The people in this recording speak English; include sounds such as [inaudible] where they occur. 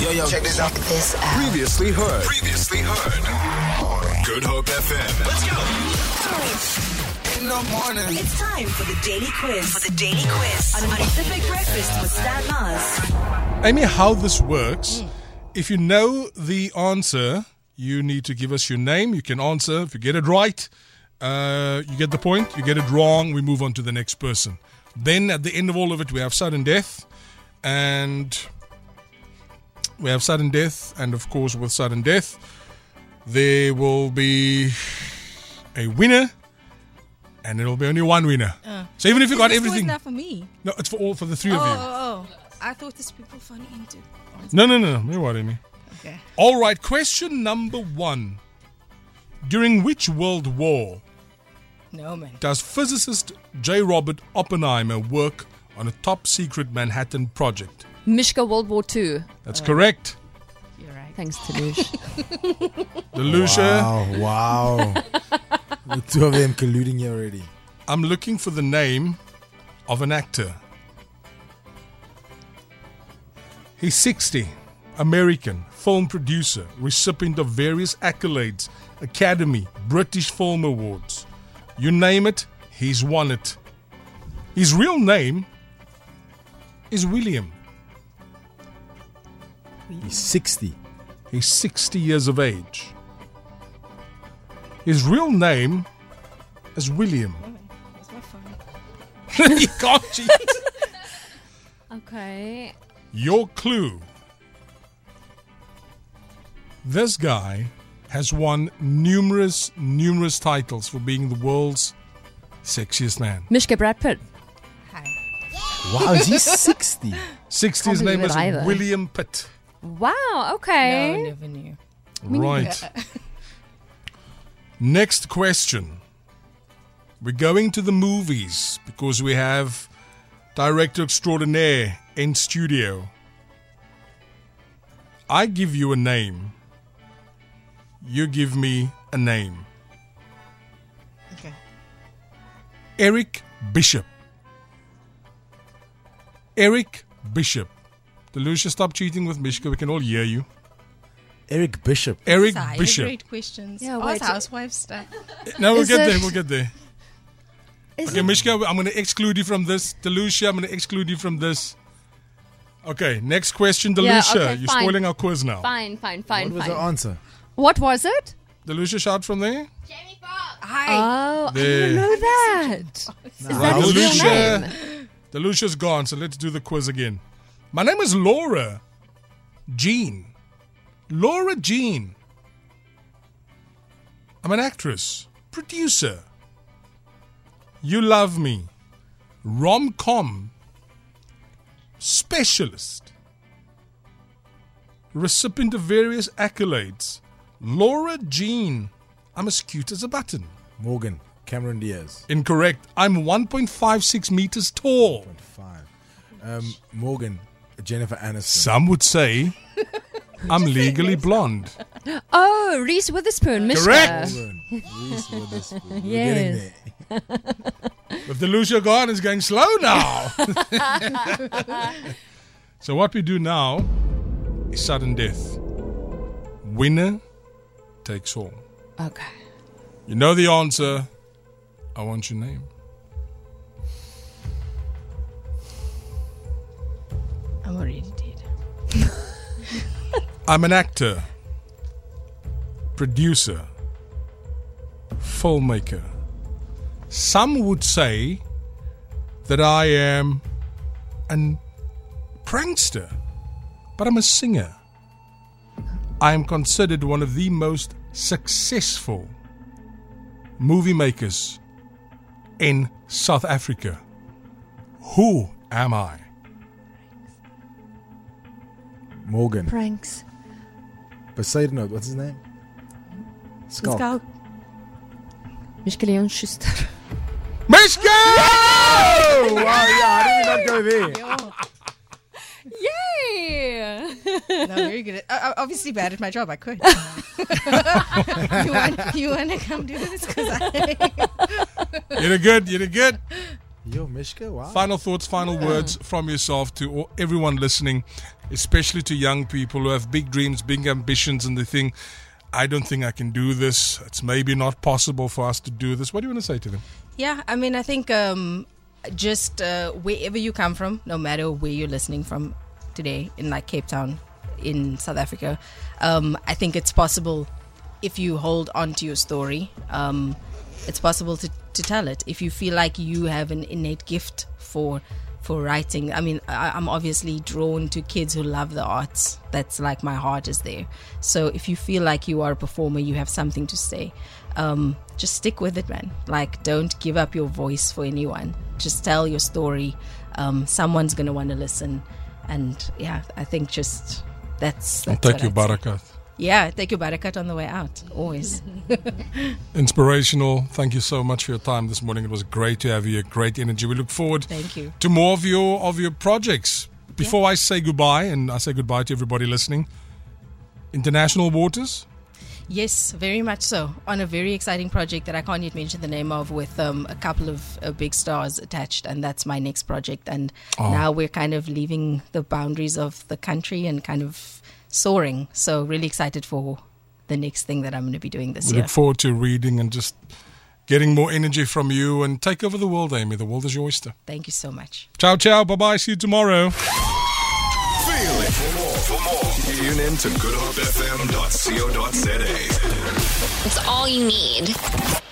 Yo, yo, Check this out. This out. Previously heard. Previously heard. Good Hope FM. Let's go. In the morning. It's time for the daily quiz. For the daily quiz on Pacific Breakfast with Stan Mars. Amy, how this works, if you know the answer, you need to give us your name. You can answer. If you get it right, uh, you get the point. You get it wrong, we move on to the next person. Then at the end of all of it, we have sudden death. And we have sudden death. And of course, with sudden death, there will be a winner. And it'll be only one winner. so even if you [laughs] got Ah. This was everything, not for me. no, it's for all for the three Oh, of you. oh, oh. I thought this people funny into. No, no, no, no. You worry me. Okay. All right, question number one. During which world war No, man. does physicist J. Robert Oppenheimer work on a top secret Manhattan project? Mishka World War II. That's correct. You're right. Thanks, [laughs] Tanush. Delusia, Wow, wow. the two of them colluding here already. I'm looking for the name of an actor. He's 60, American, film producer, recipient of various accolades, Academy, British Film Awards. You name it, he's won it. His real name is William. He's 60. He's 60 years of age. His real name is William. That's my phone. [laughs] you can't cheat. okay. Your clue. This guy has won numerous, numerous titles for being the world's sexiest man. Mishka Brad Pitt. Hi. Wow, is he 60? 60, his Can't believe name it is either. William Pitt. Wow, okay. No, never knew. Right. Next question. We're going to the movies because we have director extraordinaire in studio. I give you a name. You give me a name. Okay. Eric Bishop. Eric Bishop. Delucia, stop cheating with Mishka. We can all hear you. Eric Bishop. Eric Sorry, Bishop. Great questions. Yeah, Yeah, wait. Ask housewives stuff. No, we'll Is get it- there. We'll get there. Is Okay, Mishka, I'm going to exclude you from this. Delucia, I'm going to exclude you from this. Okay, next question, Yeah, Delucia. okay, You're fine. spoiling our quiz now. it? Fine, fine, What fine, was fine. the answer? What was it? Delucia, shout from there. Hi. Oh, I There. didn't know that. Is that his real Delucia. name? Delucia's gone, so let's do the quiz again. My name is Laura Jean. Laura Jean. I'm an actress, producer. You love me. Rom com specialist. Recipient of various accolades. Laura Jean. I'm as cute as a button. Morgan, Cameron Diaz. Incorrect. I'm 1.56 meters tall. Five. Um, Morgan, Jennifer Aniston. Some would [laughs] say I'm legally blonde. Oh, Reese Witherspoon. Mishka. Correct. Morgan, Reese Witherspoon. We're getting Yes. there. With Delucia gone, it's going slow [laughs] now. so what we do now is sudden death. Winner takes all. Okay. You know the answer. I want your name. I'm already dead. I'm an actor, producer, filmmaker. Some would say that I am an prankster, but I'm a singer. I am considered one of the most successful movie makers in South Africa. Who am I? Morgan. Pranks. Poseidon, no, what's his name? Skull. Skull. Mishka Leon Schuster. Mishka! [laughs] Wow, yeah, how did we not go there? Yay! No, very good. At, I- I'm obviously bad at my job. I could. [laughs] you, want, you want to come do this? Because I. You did good, you did good. Yo, Mishka, wow. Final thoughts, final words from yourself to all, everyone listening, especially to young people who have big dreams, big ambitions, and they think, I don't think I can do this. It's maybe not possible for us to do this. What do you want to say to them? Yeah, I mean, I think um, just uh, wherever you come from, no matter where you're listening from today, in like Cape Town, in South Africa, um, I think it's possible if you hold on to your story. Um, it's possible to, to tell it if you feel like you have an innate gift for for writing. I mean, I, I'm obviously drawn to kids who love the arts. That's like my heart is there. So if you feel like you are a performer, you have something to say. Um, just stick with it, man. Like, don't give up your voice for anyone. Just tell your story. Um, someone's gonna want to listen. And yeah, I think just that's. that's Take what your I'd say. barakat. Yeah, take your barakat on the way out. Always. Inspirational. Thank you so much for your time this morning. It was great to have you. Great energy. We look [laughs] forward Thank you. to more of your of your projects. Before I say goodbye, and I say goodbye to everybody listening, international waters. Yes, very much so. On a very exciting project that I can't yet mention the name of, with um, a couple of uh, big stars attached, and that's my next project. And now we're kind of leaving the boundaries of the country and kind of soaring. So really excited for the next thing that I'm going to be doing this We year. look forward to reading and just getting more energy from you and take over the world, Amy. The world is your oyster. Thank you so much. Ciao, ciao. Bye bye. See you tomorrow. Feel it for more. For more, tune in to goodhopefm.co.za. It's all you need.